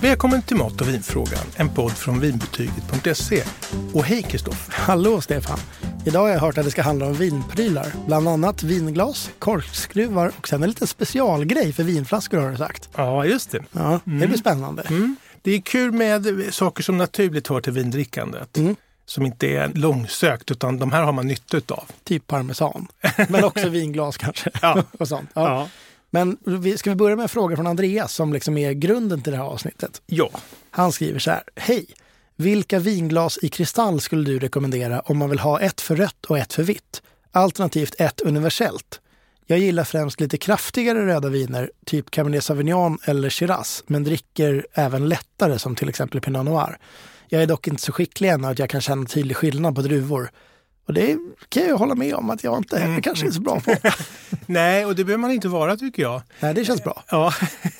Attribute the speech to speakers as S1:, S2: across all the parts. S1: Välkommen till Mat och vinfrågan, en podd från vinbetyget.se. Och hej Kristoffer!
S2: Hallå Stefan! Idag har jag hört att det ska handla om vinprylar. Bland annat vinglas, korkskruvar och sen en liten specialgrej för vinflaskor har du sagt.
S1: Ja, just det.
S2: Ja, Det blir spännande.
S1: Mm. Det är kul med saker som naturligt hör till vindrickandet.
S2: Mm.
S1: Som inte är långsökt, utan de här har man nytta utav.
S2: Typ parmesan. Men också vinglas kanske.
S1: Ja.
S2: och sånt. Ja. Men vi- ska vi börja med en fråga från Andreas som liksom är grunden till det här avsnittet.
S1: ja.
S2: Han skriver så här. Hej! Vilka vinglas i kristall skulle du rekommendera om man vill ha ett för rött och ett för vitt? Alternativt ett universellt. Jag gillar främst lite kraftigare röda viner, typ Cabernet Sauvignon eller Shiraz, men dricker även lättare som till exempel Pinot Noir. Jag är dock inte så skicklig ännu att jag kan känna tydlig skillnad på druvor. Och det kan jag ju hålla med om att jag inte heller kanske är så bra på.
S1: Nej, och det behöver man inte vara tycker jag.
S2: Nej, det känns bra.
S1: Ja.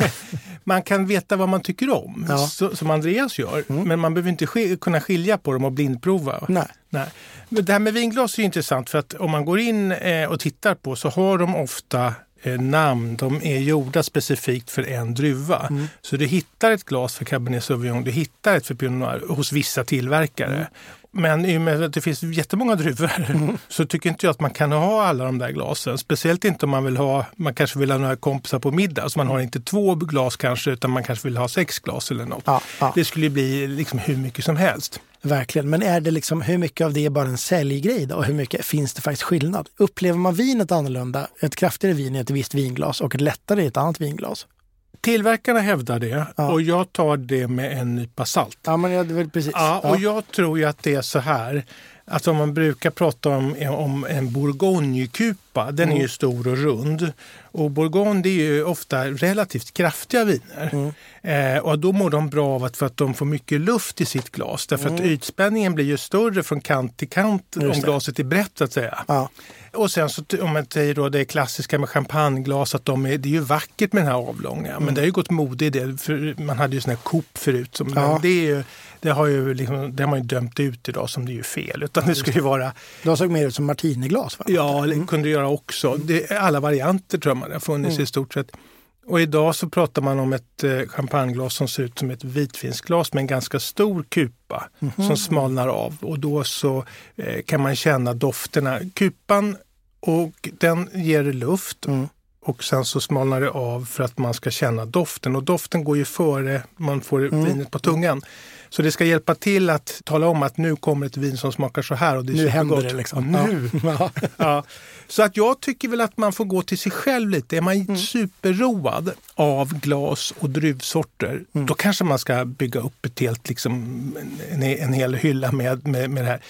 S1: Man kan veta vad man tycker om,
S2: Ja.
S1: så, som Andreas gör. Men man behöver inte sk- kunna skilja på dem och blindprova.
S2: Nej.
S1: Nej. Men det här med vinglas är ju intressant för att om man går in eh, och tittar på så har de ofta eh, namn. De är gjorda specifikt för en druva. Så du hittar ett glas för Cabernet Sauvignon, du hittar ett för Pinot Noir hos vissa tillverkare. Men i och med att det finns jättemånga druvor så tycker inte jag att man kan ha alla de där glasen. Speciellt inte om man vill ha, man kanske vill ha några kompisar på middag. Så man har inte två glas kanske utan man kanske vill ha sex glas eller något.
S2: Ja, ja.
S1: Det skulle ju bli liksom hur mycket som helst.
S2: Verkligen, men är det liksom, hur mycket av det är bara en säljgrej då? Och hur mycket finns det faktiskt skillnad? Upplever man vinet annorlunda, ett kraftigare vin i ett visst vinglas och ett lättare i ett annat vinglas?
S1: Tillverkarna hävdar det
S2: Ja.
S1: och jag tar det med en nypa salt.
S2: Ja, men jag, det är väl precis.
S1: Ja, och jag tror ju att det är så här att om man brukar prata om, om en bourgognekupa, den
S2: Mm.
S1: är ju stor och rund. Och bourgogne det är ju ofta relativt kraftiga viner.
S2: Mm.
S1: Eh, och då mår de bra av att, för att de får mycket luft i sitt glas. Därför att ytspänningen blir ju större från kant till kant om
S2: Mm. det.
S1: glaset är brett så att säga.
S2: Ja.
S1: Och sen så t- om man säger då det klassiska med champagneglas att de är, det är ju vackert med den här avlånga. Men det har ju gått mode i det. För man hade ju sån här coupe förut. Som,
S2: Ja.
S1: men det, är ju, det, har ju liksom, det har man ju dömt ut idag som det är ju fel. Utan det skulle ju vara,
S2: De såg mer ut som martiniglas. Va?
S1: ja, det kunde göra också. Det, alla varianter tror jag man har funnits
S2: Mm.
S1: i stort sett. Och idag så pratar man om ett eh, champagneglas som ser ut som ett vitvinsglas med en ganska stor kupa
S2: Mhm.
S1: som smalnar av och då så eh, kan man känna dofterna. Kupan och den ger luft
S2: Mm.
S1: och sen så smalnar det av för att man ska känna doften. Och doften går ju före man får
S2: Mm.
S1: vinet på tungan. Så det ska hjälpa till att tala om att nu kommer ett vin som smakar så här och det är
S2: Nu händer
S1: supergott.
S2: det liksom.
S1: Ja, nu.
S2: Ja.
S1: Ja. Så att jag tycker väl att man får gå till sig själv lite. Är man superroad av glas och druvsorter, då kanske man ska bygga upp ett helt, liksom, en, en hel hylla med, med, med det här.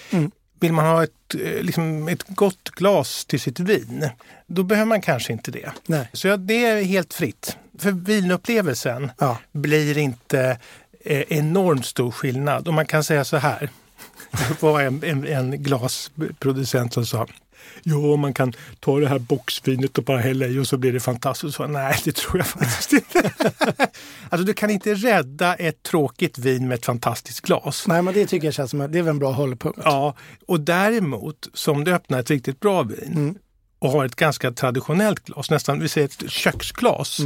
S1: Vill man ha ett, eh, liksom, ett gott glas till sitt vin, då behöver man kanske inte det.
S2: Nej.
S1: Så ja, det är helt fritt. För vinupplevelsen
S2: Ja.
S1: blir inte eh, enormt stor skillnad. Och man kan säga så här. Det var en, en, en glasproducent som sa Jo, man kan ta det här boxvinet och bara hälla i och så blir det fantastiskt. Så, Nej, det tror jag faktiskt inte. alltså, du kan inte rädda ett tråkigt vin med ett fantastiskt glas.
S2: Nej, men det tycker jag känns som det är väl en bra hållpunkt.
S1: Ja, och däremot, som du öppnar ett riktigt bra vin och har ett ganska traditionellt glas, nästan vi säger ett köksglas,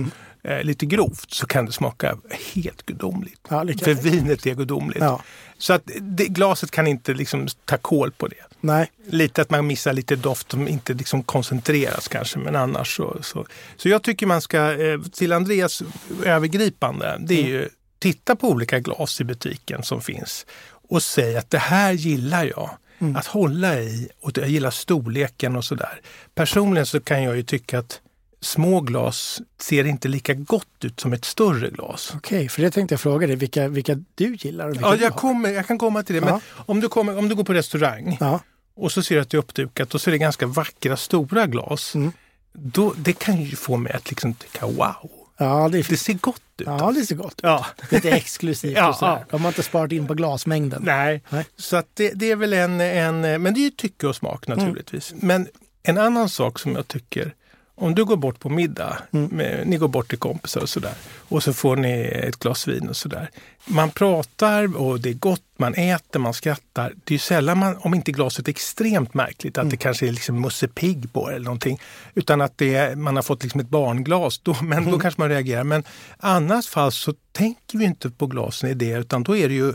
S1: eh, lite grovt, så kan det smaka helt gudomligt.
S2: Ja, lika-
S1: För vinet är gudomligt.
S2: Ja.
S1: Så att det, glaset kan inte liksom ta kål på det.
S2: Nej.
S1: Lite att man missar lite doft som inte liksom koncentreras kanske, men annars så. Så, så jag tycker man ska, eh, till Andreas övergripande, det är ju titta på olika glas i butiken som finns och säg att det här gillar jag. Att hålla i och jag gillar storleken och sådär. Personligen så kan jag ju tycka att små glas ser inte lika gott ut som ett större glas.
S2: Okej, för det tänkte jag fråga dig, vilka, vilka du gillar och vilka
S1: Ja,
S2: du
S1: jag,
S2: har.
S1: kommer, jag kan komma till det. Men
S2: Ja.
S1: om, du kommer, om du går på restaurang
S2: Ja.
S1: och så ser du att det är uppdukat och så är det ganska vackra stora glas.
S2: Mm.
S1: Då, det kan ju få mig att liksom tycka wow,
S2: ja, det är
S1: det
S2: fint.
S1: ser gott ut.
S2: Ja, det är så gott.
S1: Ja.
S2: Lite exklusivt
S1: Ja,
S2: och sådär. De har inte sparat in på glasmängden.
S1: Nej.
S2: Nej.
S1: så att det, det är väl en, en, men det är ju tycke och smak naturligtvis. Men en annan sak som jag tycker Om du går bort på middag, med, ni går bort till kompisar och sådär, och så får ni ett glas vin och sådär. Man pratar och det är gott, man äter, man skrattar. Det är ju sällan, man, om inte glaset är extremt märkligt, att det kanske är liksom Musse Pigg på det eller någonting, utan att det är, man har fått liksom ett barnglas, då, men då kanske man reagerar. Men annars fall så tänker vi inte på glasen i det, utan då är det ju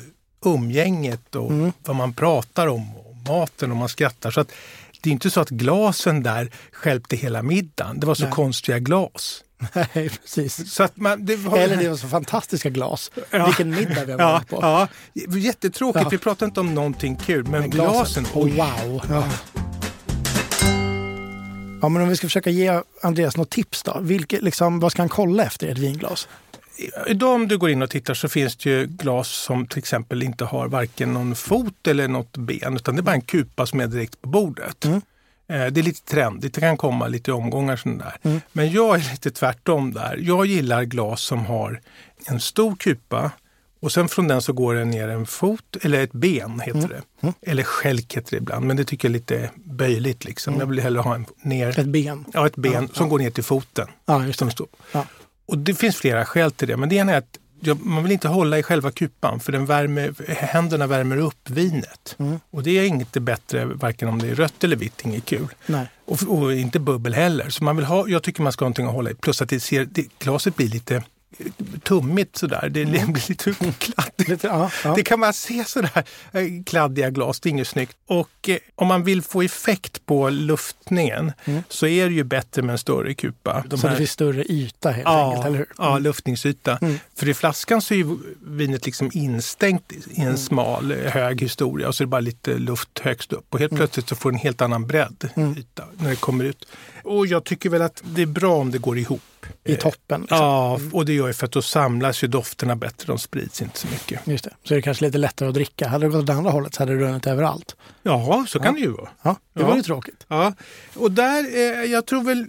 S1: umgänget och
S2: Mm.
S1: vad man pratar om, och maten och man skrattar. Så att, det är inte så att glasen där stjälpte hela middagen. Det var så
S2: Nej.
S1: konstiga glas.
S2: Nej, precis.
S1: Så att man, det var,
S2: Eller det var så fantastiska glas.
S1: Ja.
S2: Vilken middag vi har
S1: ja,
S2: varit på.
S1: ja, jättetråkigt.
S2: Ja.
S1: Vi pratar inte om någonting kul, men,
S2: glasen.
S1: glasen. oj.
S2: wow. Ja. ja, men om vi ska försöka ge Andreas något tips då. Vilket, liksom, vad ska han kolla efter i ett vinglas?
S1: Idag om du går in och tittar så finns det ju glas som till exempel inte har varken någon fot eller något ben, utan det är bara en kupa som är direkt på bordet. Eh, Det är lite trendigt, det kan komma lite i omgångar sådana där. Men jag är lite tvärtom där. Jag gillar glas som har en stor kupa och sen från den så går det ner en fot, eller ett ben heter det. Eller skälk heter det ibland, men det tycker jag är lite böjligt liksom. Jag vill hellre ha en ner,
S2: Ett ben?
S1: ja, ett ben som går ner till foten.
S2: Ja, just
S1: Som
S2: det.
S1: står.
S2: Ja.
S1: Och det finns flera skäl till det, men det ena är att ja, man vill inte hålla i själva kupan för den värmer, händerna värmer upp vinet.
S2: Mm.
S1: Och det är inte bättre, varken om det är rött eller vitt, inget kul.
S2: Nej.
S1: Och, och inte bubbel heller. Så man vill ha, jag tycker man ska ha någonting att hålla i. Plus att det ser, det, glaset blir lite eh, tummigt sådär, det blir lite kladdigt.
S2: Mm. Lite, ja, ja.
S1: Det kan man se sådär, eh, kladdiga glas, det är inget snyggt. Och eh, om man vill få effekt på luftningen så är det ju bättre med en större kupa. Mm. De
S2: så det
S1: här-
S2: finns större yta helt enkelt, eller hur? Mm.
S1: Ja, luftningsyta. För i flaskan så är ju vinet liksom instängt i
S2: Mm.
S1: en smal eh, hög historia och så är det bara lite luft högst upp. Och
S2: Mm.
S1: helt plötsligt så får det en helt annan bredd yta när det kommer ut. Och jag tycker väl att det är bra om det går ihop. Eh,
S2: I toppen. Liksom.
S1: Ja, och det gör ju för att då samlas ju dofterna bättre, de sprids inte så mycket.
S2: Just det. Så är det kanske lite lättare att dricka. Hade det gått åt andra hållet så hade det runnit överallt.
S1: Ja, så kan det ju vara.
S2: Ja, det
S1: Ja.
S2: var ju tråkigt.
S1: Ja, och där, eh, jag tror väl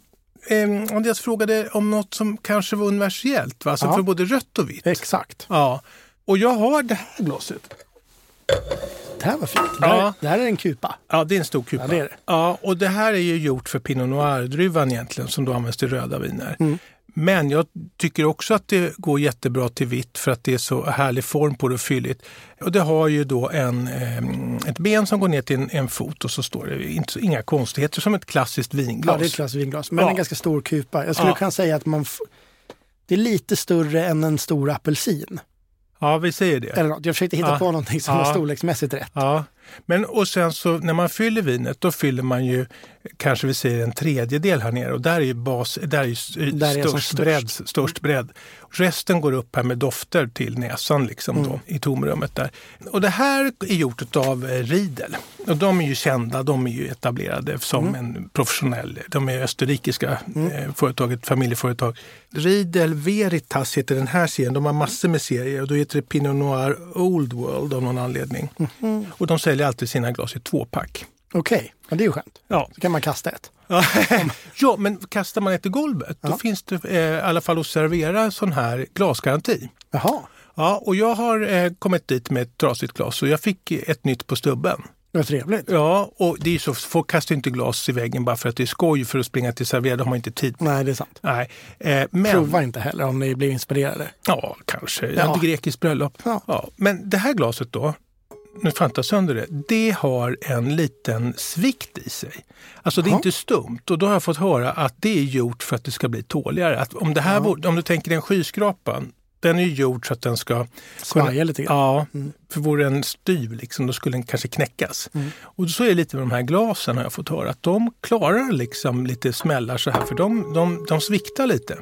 S1: eh, Andreas frågade om något som kanske var universellt, va? Alltså
S2: Ja.
S1: för både rött och vitt.
S2: Exakt.
S1: Ja, och jag har det här glaset.
S2: Det här var fint. Det
S1: Ja.
S2: här, det här är en kupa.
S1: Ja, det är en stor kupa.
S2: Ja, det är det.
S1: Ja, och det här är ju gjort för Pinot Noir-druvan egentligen som då används till röda viner.
S2: Mm.
S1: Men jag tycker också att det går jättebra till vitt för att det är så härlig form på det och fylligt. Och det har ju då en, ehm, ett ben som går ner till en, en fot och så står det inte, så- inga konstigheter som ett klassiskt vinglas.
S2: Ja, det är ett glas vinglas. Men
S1: Ja.
S2: en ganska stor kupa. Jag skulle
S1: Ja.
S2: kunna säga att man f- det är lite större än en stor apelsin.
S1: ja vi säger det.
S2: Eller något. Jag försökte hitta
S1: Ja.
S2: på någonting som var
S1: Ja.
S2: storleksmässigt rätt.
S1: Ja, men och sen så när man fyller vinet då fyller man ju kanske vi säger en tredjedel här nere och där är ju bas, där är ju s-
S2: Där är det som
S1: störst,
S2: störst.
S1: bredd, störst bredd. Resten går upp här med dofter till näsan liksom
S2: Mm.
S1: då i tomrummet där. Och det här är gjort av Riedel och de är ju kända, de är ju etablerade som
S2: Mm.
S1: en professionell, de är österrikiska eh, företaget, familjeföretag. Riedel Veritas heter den här serien, de har massor med serier och då heter det Pinot Noir Old World av någon anledning. Och de säljer alltid sina glas i tvåpack.
S2: Okej, men det är ju skönt.
S1: Ja.
S2: Så kan man kasta ett.
S1: ja, men kastar man ett i golvet då finns det eh, i alla fall att servera sån här glasgaranti.
S2: Jaha,
S1: Ja, och jag har eh, kommit dit med ett trasigt glas och jag fick ett nytt på stubben.
S2: vad trevligt.
S1: Ja, och det är ju så, folk kastar ju inte glas i väggen bara för att det är skoj för att springa till servera, det har man inte tid med.
S2: Nej, det är sant.
S1: Nej, eh, men...
S2: Prova inte heller om ni blir inspirerade.
S1: Ja, kanske. Jag
S2: Ja.
S1: hade grekiskt bröllop.
S2: Ja.
S1: Ja. Men det här glaset då, nu fantar jag sönder det, det har en liten svikt i sig. Alltså det är
S2: Jaha.
S1: inte stumt och då har jag fått höra att det är gjort för att det ska bli tåligare. Att om, det här vore, om du tänker dig en skyskrapa, den är ju gjord så att den ska
S2: Svaja lite grann.
S1: Ja, för vore den styv liksom, då skulle den kanske knäckas. Och så är det lite med de här glasen har jag fått höra, att de klarar liksom lite smällar så här, för de, de, de sviktar lite.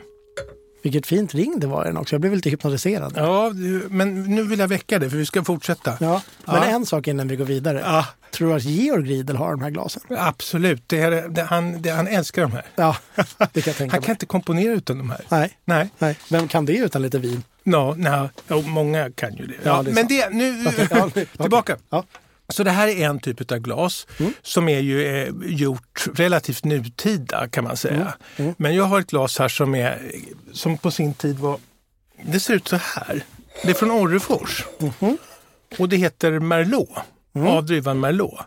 S2: Vilket fint ring det var i den också. Jag blev lite hypnotiserad.
S1: Ja, du- men nu vill jag väcka det för vi ska fortsätta.
S2: Ja, men
S1: Ja.
S2: en sak innan vi går vidare.
S1: Ja.
S2: Tror du att Georg Riedel har de här glasen?
S1: Absolut, det är, det, han, det, han älskar de här.
S2: Ja, det kan jag tänka
S1: Han kan
S2: mig.
S1: inte komponera utan de här.
S2: Nej,
S1: Nej,
S2: nej. Vem kan det utan lite vin?
S1: no, no. Jo, många kan ju det. Ja,
S2: det är
S1: men
S2: sant.
S1: det, nu
S2: Okej, ja, okej.
S1: tillbaka.
S2: Ja.
S1: Så det här är en typ av glas som är ju eh, gjort relativt nutida kan man säga. Men jag har ett glas här som, är, som på sin tid var, det ser ut så här. Det är från Orrefors och det heter Merlot, av druvan Merlot.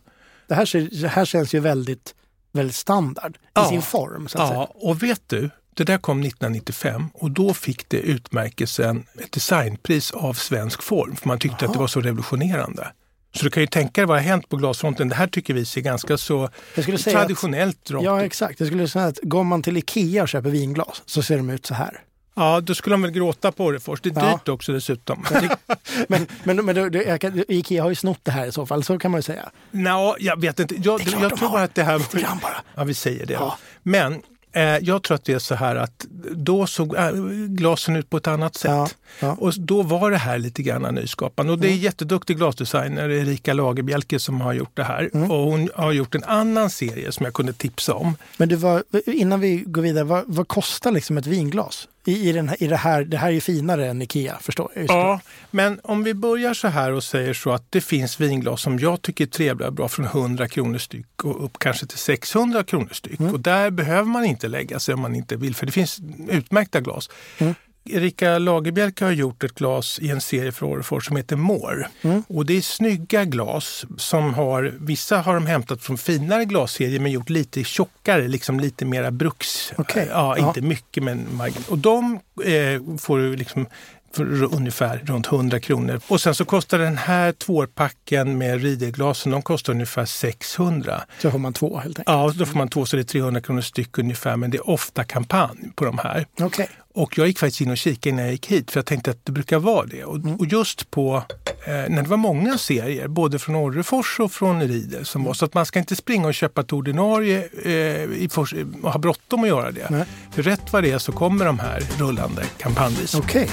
S2: Det här, ser, det här känns ju väldigt väldigt standard i
S1: Ja.
S2: sin form. Så att säga.
S1: Ja, och vet du, det där kom 1995 och då fick det utmärkelsen ett designpris av svensk form för man tyckte att det var så revolutionerande. Så du kan ju tänka dig vad har hänt på glasfronten. Det här tycker vi ser ganska så
S2: Jag skulle säga att,
S1: traditionellt rakt
S2: ja,
S1: ut.
S2: exakt. Jag skulle säga att går man till Ikea och köper vinglas så ser de ut så här.
S1: Ja, då skulle de väl gråta på det först. Det är
S2: Ja.
S1: dyrt också dessutom.
S2: Men, men, men det, det, jag kan, Ikea har ju snott det här i så fall, så kan man ju säga.
S1: Nå, jag vet inte. Jag,
S2: Det är klart
S1: jag
S2: de
S1: tror
S2: har.
S1: bara att det här...
S2: Lite grann bara.
S1: Ja, vi säger det.
S2: Ja.
S1: Men eh, jag tror att det är så här att då såg eh, glasen ut på ett annat sätt.
S2: Ja, ja. Mm.
S1: Och då var det här lite grann nyskapande. Och det är en jätteduktig glasdesigner, Erika Lagerbielke, som har gjort det här.
S2: Mm.
S1: Och hon har gjort en annan serie som jag kunde tipsa om.
S2: Men du, var, innan vi går vidare, vad, vad kostar liksom ett vinglas? I, i, den här, i det, här, det här är ju finare än Ikea, förstår jag. ju såklart.
S1: Ja, men om vi börjar så här och säger så att det finns vinglas som jag tycker är trevliga och bra från 100 kronor styck och upp kanske till 600 kronor styck. Och där behöver man inte lägga sig om man inte vill, för det finns utmärkta glas. Erika Lagerbielke har gjort ett glas i en serie för Orrefors som heter Mår.
S2: Mm.
S1: Och det är snygga glas som har, vissa har de hämtat från finare glasserier men gjort lite tjockare, liksom lite mera bruks...
S2: Okej.
S1: Ja,
S2: Ja.
S1: inte mycket men margin- Och de eh, får du liksom för ru- ungefär runt 100 kronor. Och sen så kostar den här tvåpacken med riderglasen, de kostar ungefär 600.
S2: Så får man två helt enkelt.
S1: Ja, då får man två så det är 300 kronor styck ungefär men det är ofta kampanj på de här.
S2: Okej.
S1: Och jag gick faktiskt in och kikade innan jag gick hit för jag tänkte att det brukar vara det. Och, och just på eh, när det var många serier, både från Orrefors och från Rieder som var. Så att man ska inte springa och köpa ett ordinarie eh, i fors, och ha bråttom att göra det.
S2: Nej.
S1: För rätt vad det är så kommer de här rullande kampanjvis.
S2: Okej.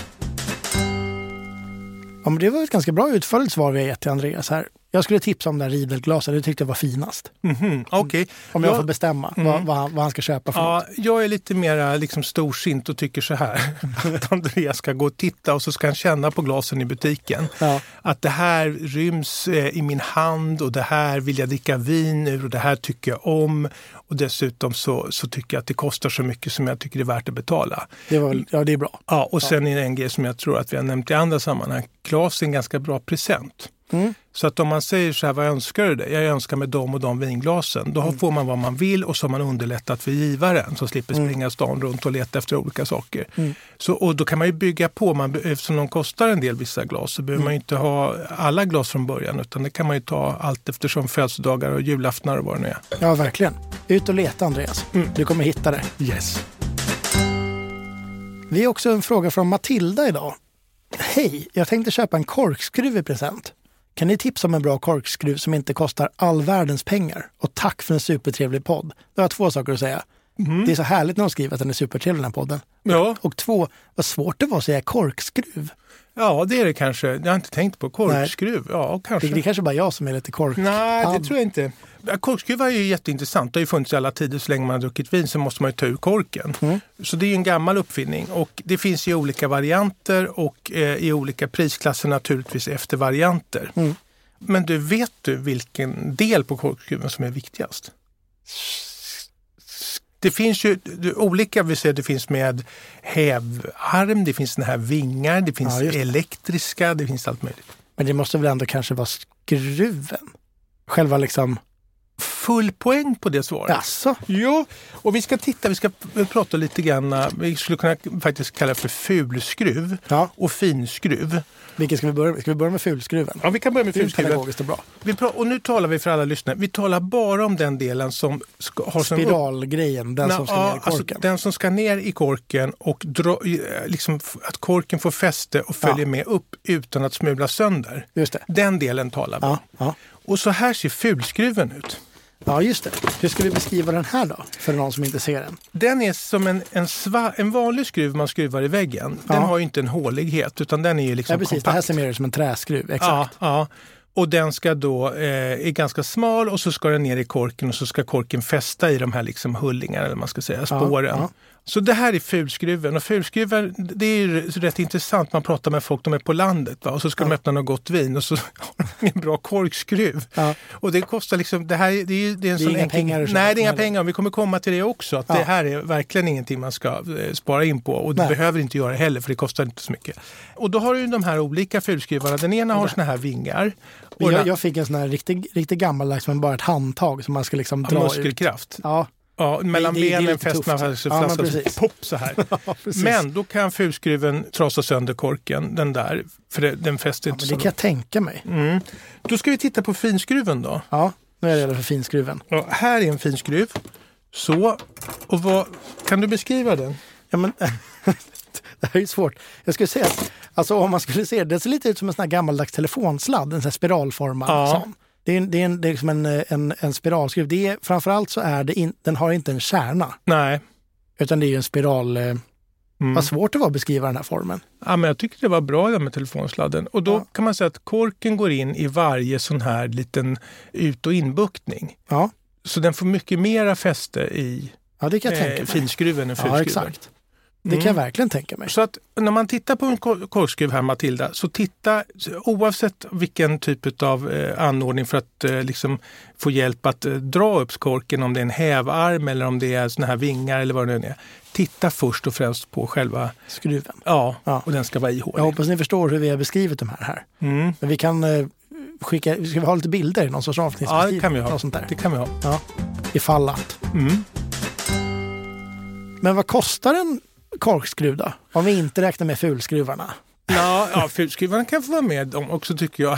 S2: Ja, men det var ett ganska bra utförligt svar vi har gett till Andreas här. Jag skulle tipsa om den här ridelglasen, det tyckte jag var finast.
S1: Mhm, Okej.
S2: Om jag
S1: Ja. Mm.
S2: får bestämma vad, vad, han, vad han ska köpa för något.
S1: Ja, jag är lite mer liksom, storsint och tycker så här. Att Andreas ska gå och titta och så ska han känna på glasen i butiken.
S2: Ja.
S1: Att det här ryms eh, i min hand och det här vill jag dricka vin ur och det här tycker jag om. Och dessutom så, så tycker jag att det kostar så mycket som jag tycker det är värt att betala.
S2: Det, var väl, ja, det är bra.
S1: Ja, och sen är det en grej som jag tror att vi har nämnt i andra sammanhang. Glas är en ganska bra present.
S2: Mm.
S1: Så att om man säger så här, vad önskar du dig? Jag önskar mig de och de vinglasen. Då får man vad man vill och så har man underlättat för givaren som slipper springa stan runt och leta efter olika saker. Så, och då kan man ju bygga på, man, be- eftersom de kostar en del vissa glas så behöver man ju inte ha alla glas från början utan det kan man ju ta allt eftersom födelsedagar och julaftnar och vad det nu är.
S2: Ja, verkligen. Ut och leta Andreas.
S1: Mm.
S2: Du kommer hitta det.
S1: Yes.
S2: Vi har också en fråga från Matilda idag. Hej, jag tänkte köpa en korkskruv i present. Kan ni tipsa om en bra korkskruv som inte kostar all världens pengar? Och tack för en supertrevlig podd. Då har jag två saker att säga.
S1: Mm.
S2: Det är så härligt när de skriver att den är supertrevlig den här podden.
S1: Ja,
S2: Och två, vad svårt det var att säga korkskruv.
S1: ja, det är det kanske. Jag har inte tänkt på korkskruv. Ja, kanske.
S2: Det, det kanske bara jag som är lite kork.
S1: Nej, det
S2: Fan.
S1: tror jag inte. Ja, Korkskruvar är ju jätteintressant. Det har ju funnits i alla tider. Så länge man har druckit vin så måste man ju ta ur korken. Så det är ju en gammal uppfinning. Och det finns ju olika varianter och eh, i olika prisklasser naturligtvis efter varianter. Men du, vet du vilken del på korkskruven som är viktigast? Det finns ju du, olika, vi säger det finns med hävarm, det finns den här vingar, det finns
S2: Ja, just det.
S1: elektriska, det finns allt möjligt.
S2: Men det måste väl ändå kanske vara skruven? Själva liksom,
S1: Full poäng på det svaret.
S2: jaså?
S1: Ja, och vi ska titta, vi ska p- prata lite grann, eh, vi skulle kunna k- faktiskt kalla det för fulskruv
S2: Ja,
S1: och finskruv.
S2: vilken ska vi börja med? Ska vi börja med fulskruven?
S1: Ja, vi kan börja med
S2: Det är ju
S1: fulskruven.
S2: pedagogiskt och bra.
S1: Vi pra- och nu talar vi för alla lyssnare, vi talar bara om den delen som ska, har som upp-
S2: Spiralgrejen, den
S1: Nej,
S2: som ska
S1: ja,
S2: ner i korken.
S1: Alltså, den som ska ner i korken och dra, eh, liksom, f- att korken får fäste och följer med upp utan att smula sönder.
S2: Just det.
S1: Den delen talar vi om.
S2: Ja, ja.
S1: Och så här ser fulskruven ut.
S2: ja, just det. Hur ska vi beskriva den här då? För någon som inte ser den.
S1: Den är som en, en, sva, en vanlig skruv man skruvar i väggen. Den
S2: Ja.
S1: har ju inte en hålighet utan den är ju liksom
S2: Ja, precis. Det här
S1: kompakt.
S2: ser mer ut som en träskruv. Exakt.
S1: ja, ja. Och den ska då, eh, är ganska smal och så ska den ner i korken och så ska korken fästa i de här liksom hullingarna eller vad man ska säga, spåren.
S2: ja.
S1: Ja, Så det här är fulskruven och fulskruven det är ju rätt intressant. Man pratar med folk, de är på landet va? och så ska de öppna något gott vin och så har de en bra korkskruv.
S2: Ja.
S1: Och det kostar liksom, det här är- det är, ju- det är en
S2: Det är
S1: sån
S2: inga
S1: enkel-
S2: pengar så.
S1: Nej, det är inga
S2: Nej.
S1: pengar. Vi kommer komma till det också. Att
S2: Ja.
S1: Det här är verkligen ingenting man ska eh, spara in på och du
S2: Nej.
S1: behöver inte göra det heller för det kostar inte så mycket. Och då har du ju de här olika fulskruvarna. Den ena har såna här vingar. Och
S2: Jag,
S1: den-
S2: jag fick en sån här riktigt riktig gammaldags men bara ett handtag som man ska liksom
S1: har
S2: dra ut.
S1: muskelkraft.
S2: Ja,
S1: Ja, mellan
S2: det- det är
S1: benen
S2: lite
S1: fäster man
S2: tufft.
S1: fast en
S2: Ja, men
S1: flaska och
S2: precis.
S1: så pop så här.
S2: precis.
S1: Men då kan furskruven trasa sönder korken, den där, för det- den fäster
S2: ja,
S1: inte
S2: men
S1: så
S2: det kan jag tänka mig.
S1: bra. mm. Då ska vi titta på finskruven då.
S2: Ja, nu är jag redo för finskruven.
S1: Ja, här är en finskruv. Så, och vad, kan du beskriva den?
S2: Ja, men, det här är ju svårt. Jag skulle säga att alltså, om man skulle se det, det ser lite ut som en sån här gammaldags telefonsladd, en sån här spiralformad.
S1: Ja.
S2: sån. Det är, en- det är, en, det är liksom en, eh, en, en spiralskruv. Det är, framförallt så är det in, den har inte en kärna,
S1: Nej.
S2: utan det är ju en spiral. Eh,
S1: Mm.
S2: Vad svårt det var att beskriva den här formen.
S1: Ja, men jag tycker det var bra det med telefonsladden. Och då
S2: Ja.
S1: kan man säga att korken går in i varje sån här liten ut och inbuktning.
S2: Ja,
S1: Så den får mycket mera fäste i
S2: ja det kan jag
S1: eh,
S2: tänka mig.
S1: finskruven än
S2: Ja,
S1: furskruven.
S2: exakt. Det kan jag
S1: Mm.
S2: verkligen tänka mig.
S1: Så att när man tittar på en kor- korkskruv här Matilda, så titta oavsett vilken typ av eh, anordning för att eh, liksom få hjälp att eh, dra upp korken, om det är en hävarm eller om det är såna här vingar eller vad det nu är. Titta först och främst på själva,
S2: Skruven.
S1: ja,
S2: Ja.
S1: och den ska vara ihålig.
S2: Jag hoppas ni förstår hur vi har beskrivit de här. här.
S1: Mm.
S2: Men vi kan eh, skicka, ska vi ha lite bilder i någon sorts
S1: Ja, det
S2: avsnittsbeskrivning?
S1: kan vi ha.
S2: Något sånt där.
S1: Det kan vi ha.
S2: Ja, ifall att.
S1: Mm.
S2: Men vad kostar en korkskruv då? Om vi inte räknar med fulskruvarna.
S1: Ja, ja fulskruvarna kan få vara med dem också tycker jag.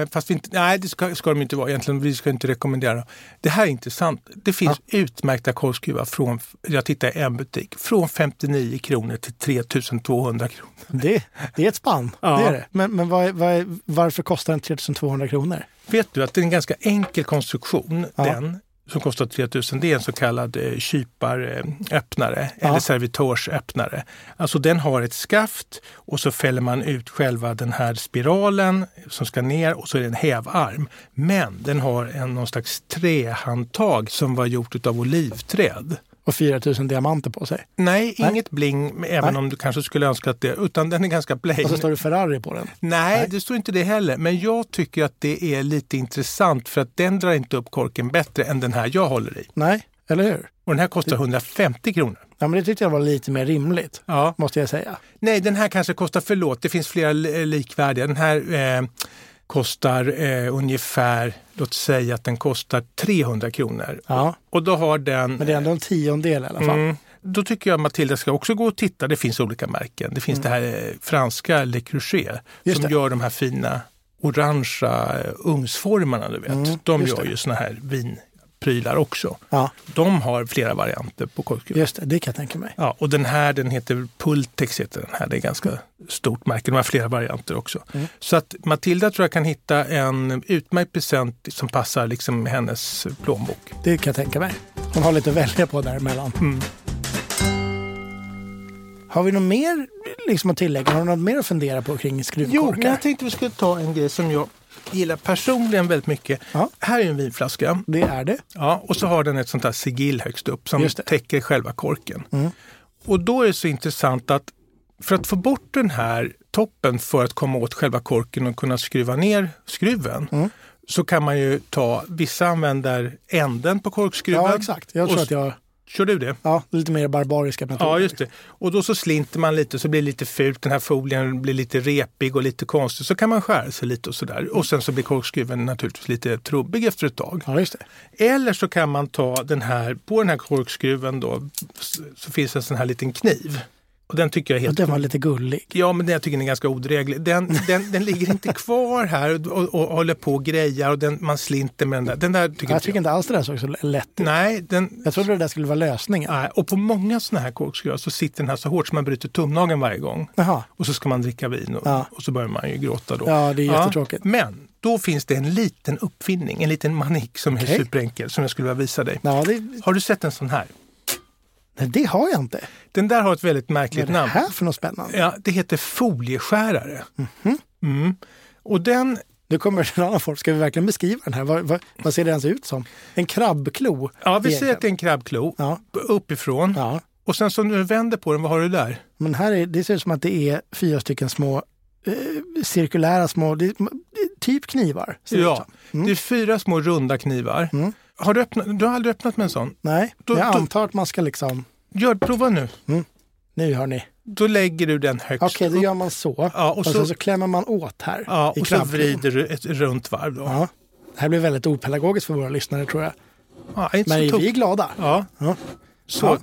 S1: Eh, fast vi inte, nej, det ska, ska de inte vara egentligen. Vi ska inte rekommendera dem. Det här är intressant. Det finns utmärkta korvskruvar från, jag tittar i en butik, från 59 kronor till 3200 kronor.
S2: Det, det är ett spann,
S1: Ja.
S2: det är det. Men, men vad, är- vad, är- varför kostar den 3200 kronor?
S1: Vet du att det är en ganska enkel konstruktion,
S2: Ja.
S1: den som kostar 3000, det är en så kallad eh, kyparöppnare
S2: Ja.
S1: eller servitörsöppnare. Alltså den har ett skaft och så fäller man ut själva den här spiralen som ska ner och så är det en hävarm. Men den har en, någon slags trähandtag som var gjort av olivträd.
S2: Och 4000 diamanter på sig.
S1: Nej,
S2: Nej.
S1: inget bling, även
S2: Nej.
S1: om du kanske skulle önska att det, utan den är ganska plain.
S2: Och så står det Ferrari på den.
S1: Nej,
S2: Nej.
S1: det står inte det heller. Men jag tycker att det är lite intressant för att den drar inte upp korken bättre än den här jag håller i.
S2: Nej, eller hur?
S1: Och den här kostar 150 kronor.
S2: Ja, men det tyckte jag var lite mer rimligt,
S1: Ja.
S2: måste jag säga.
S1: Nej, den här kanske kostar, förlåt, det finns flera li- likvärdiga. Den här eh, kostar eh, ungefär, låt säga att den kostar 300 kronor.
S2: Ja,
S1: Och då har den...
S2: men det är ändå en tiondel i alla fall.
S1: Mm. Då tycker jag Matilda ska också gå och titta. Det finns olika märken. Det finns det här eh, franska Le Creuset
S2: Mm. Just
S1: som
S2: det.
S1: gör de här fina orangea eh, ugnsformarna. Du vet.
S2: Mm,
S1: de
S2: just
S1: gör
S2: det.
S1: ju såna här vinprylar också.
S2: Ja,
S1: De har flera varianter på korkskruv.
S2: just det. Det kan jag tänka mig.
S1: Ja, och den här den heter Pultex, heter den här. det är ett ganska stort märke. De har flera varianter också.
S2: Mm.
S1: Så att Matilda tror jag kan hitta en utmärkt present som passar liksom hennes plånbok.
S2: Det kan jag tänka mig. Hon har lite att välja på däremellan.
S1: Mm.
S2: Har vi något mer liksom, att tillägga? Har du något mer att fundera på kring
S1: Jo,
S2: skruvkorkar?
S1: men jag tänkte vi skulle ta en grej som jag gillar personligen väldigt mycket.
S2: Ja.
S1: Här är en vinflaska
S2: Det är det.
S1: ja, och så har den ett sånt här sigill högst upp som
S2: Just det.
S1: täcker själva korken.
S2: Mm.
S1: Och då är det så intressant att för att få bort den här toppen för att komma åt själva korken och kunna skruva ner skruven
S2: Mm.
S1: så kan man ju ta, vissa använder änden på korkskruven.
S2: Ja, exakt. Jag
S1: Och
S2: tror
S1: s-
S2: att jag...
S1: Kör du det?
S2: Ja, lite mer barbariska metoder.
S1: Ja, just det. Och då så slinter man lite så blir det lite fult. Den här folien blir lite repig och lite konstig. Så kan man skära sig lite och sådär. Och sen så blir korkskruven naturligtvis lite trubbig efter ett tag.
S2: Ja, just det.
S1: Eller så kan man ta den här, på den här korkskruven då, s- så finns en sån här liten kniv. Och den tycker jag är
S2: Och
S1: helt...
S2: den var lite gullig.
S1: Ja, men den jag tycker den är ganska odräglig. Den, den, den ligger inte kvar här och, och, och håller på och grejar och den, man slinter med den där. Den där tycker
S2: Jag
S1: inte
S2: tycker inte alls det där såg så lätt
S1: jag. Nej, den,
S2: Jag trodde det där skulle vara lösningen.
S1: nej, och på många såna här korkskruvar så sitter den här så hårt så man bryter tumnageln varje gång.
S2: Jaha.
S1: Och så ska man dricka vin och,
S2: Ja.
S1: och så börjar man ju gråta då.
S2: Ja, det är jättetråkigt.
S1: Men då finns det en liten uppfinning, en liten manik som är
S2: Okej.
S1: superenkel som jag skulle vilja visa dig.
S2: Ja, det,
S1: Har du sett en sån här?
S2: nej, det har jag inte.
S1: Den där har ett väldigt
S2: Vad är
S1: märkligt
S2: det
S1: namn.
S2: här för något spännande?
S1: Ja, det heter folieskärare.
S2: Mhm.
S1: Mm. Och den,
S2: Nu kommer det en annan form. Ska vi verkligen beskriva den här? Vad, vad, vad ser det ens ut som? En krabbklo?
S1: ja vi
S2: egentligen.
S1: säger att det är en krabbklo
S2: Ja,
S1: uppifrån
S2: ja.
S1: Och sen som du vänder på den, vad har du där?
S2: Men här är, det ser ut som att det är fyra stycken små eh, cirkulära små, det, det- typ knivar. ser det ut
S1: Ja,
S2: som. Mm.
S1: det är fyra små runda knivar.
S2: Mm.
S1: Har du, öppnat, du har aldrig öppnat med en sån?
S2: Nej,
S1: Då-
S2: jag
S1: då-
S2: antar att man ska liksom,
S1: Gör, prova nu.
S2: nu hör ni.
S1: Då lägger du den högst
S2: Okej, då
S1: upp.
S2: gör man så.
S1: Ja,
S2: och,
S1: och
S2: sen
S1: så,
S2: så klämmer man åt här.
S1: ja,
S2: i
S1: och så
S2: knappen.
S1: vrider du ett runt varv. Då.
S2: Ja. Det här blir väldigt opedagogiskt för våra lyssnare tror jag.
S1: Ja, inte
S2: Men
S1: så
S2: är
S1: tok-
S2: vi glada?
S1: Ja.
S2: Ja.
S1: Så.
S2: Ja.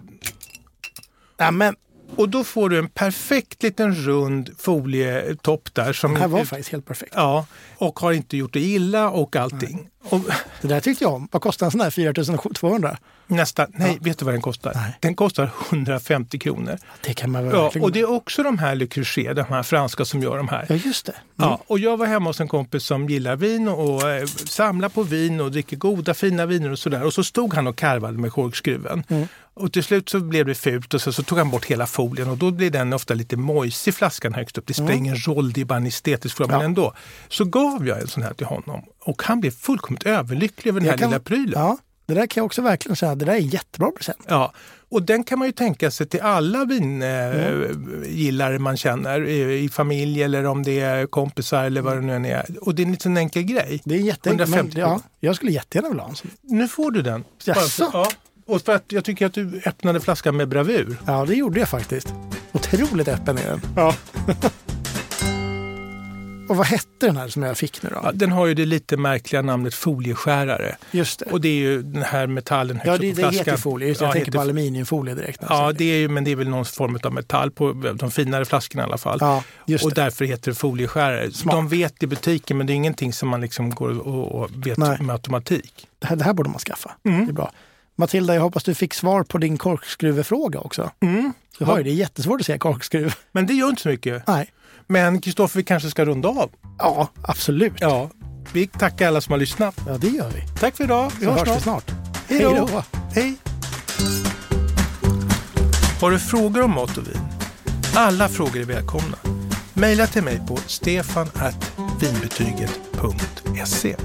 S2: Ja, men
S1: Och då får du en perfekt liten rund folietopp där. Som
S2: det här var faktiskt helt perfekt.
S1: Ja, och har inte gjort det illa och allting. Och,
S2: Det där tyckte jag om. Vad kostar en sån här 4200?
S1: nästa, nej, vet du vad den kostar?
S2: Nej.
S1: Den kostar 150 kronor.
S2: Det kan man väl
S1: Ja,
S2: verkligen...
S1: och det är också de här Le Creuset, de här franska som gör de här.
S2: ja, just det. Mm.
S1: Ja, och jag var hemma hos en kompis som gillar vin och eh, samlar på vin och dricker goda fina viner och sådär. Och så stod han och karvade med korkskruven.
S2: Mm.
S1: Och till slut så blev det fult och så, så tog han bort hela folien och då blir den ofta lite mojsig flaskan högst upp. Det spelar ingen roll, det är bara en estetisk fråga,
S2: Mm. Ja.
S1: men ändå. Så gav jag en sån här till honom och han blev fullkomligt överlycklig över den
S2: Jag
S1: här
S2: kan-
S1: lilla prylen.
S2: Ja, det där kan jag också verkligen säga. Det där är en jättebra present.
S1: Ja, och den kan man ju tänka sig till alla vingillare man känner i, i familj eller om det är kompisar eller vad det nu än är. Och det är en liten enkel grej.
S2: Det är jätteenkelt. Men,
S1: 150
S2: ja, jag skulle jättegärna vilja ha en sån.
S1: Nu får du den. Bara för-
S2: Jaså?
S1: Ja. Och för att jag tycker att du öppnade flaskan med bravur.
S2: Ja, det gjorde jag faktiskt. Otroligt öppen är den.
S1: Ja.
S2: Och vad hette den här som jag fick nu då?
S1: Den har ju det lite märkliga namnet folieskärare.
S2: Just det.
S1: Och det är ju den här metallen högst
S2: Ja,
S1: upp
S2: det,
S1: på
S2: det
S1: flaskan.
S2: heter folie. alltså. Just det, jag
S1: Ja,
S2: tänker
S1: heter-
S2: på aluminiumfolie direkt. när jag
S1: Ja,
S2: säger
S1: det är ju, men det är väl någon form av metall på de finare flaskorna i alla fall.
S2: ja, just
S1: och
S2: det.
S1: därför heter det folieskärare.
S2: Smart.
S1: De vet i butiken men det är ingenting som man liksom går och, och vet
S2: Nej.
S1: med automatik.
S2: Det här, det här borde man skaffa.
S1: Mm.
S2: Det är bra. Matilda, jag hoppas du fick svar på din korkskruvefråga också.
S1: Mm.
S2: Du hör ju, det är jättesvårt att säga korkskruv.
S1: Men det gör inte så mycket.
S2: Nej.
S1: Men Kristoffer, vi kanske ska runda av.
S2: Ja, absolut. Ja,
S1: Ja. Vi tackar alla som har lyssnat.
S2: det gör vi.
S1: Tack för idag. Vi
S2: Så
S1: hörs
S2: hörs vi
S1: snart.
S2: snart.
S1: Hej då.
S2: Hej.
S1: Har du frågor om mat och vin? Alla frågor är välkomna. Mejla till mig på stefanvinbetyget.se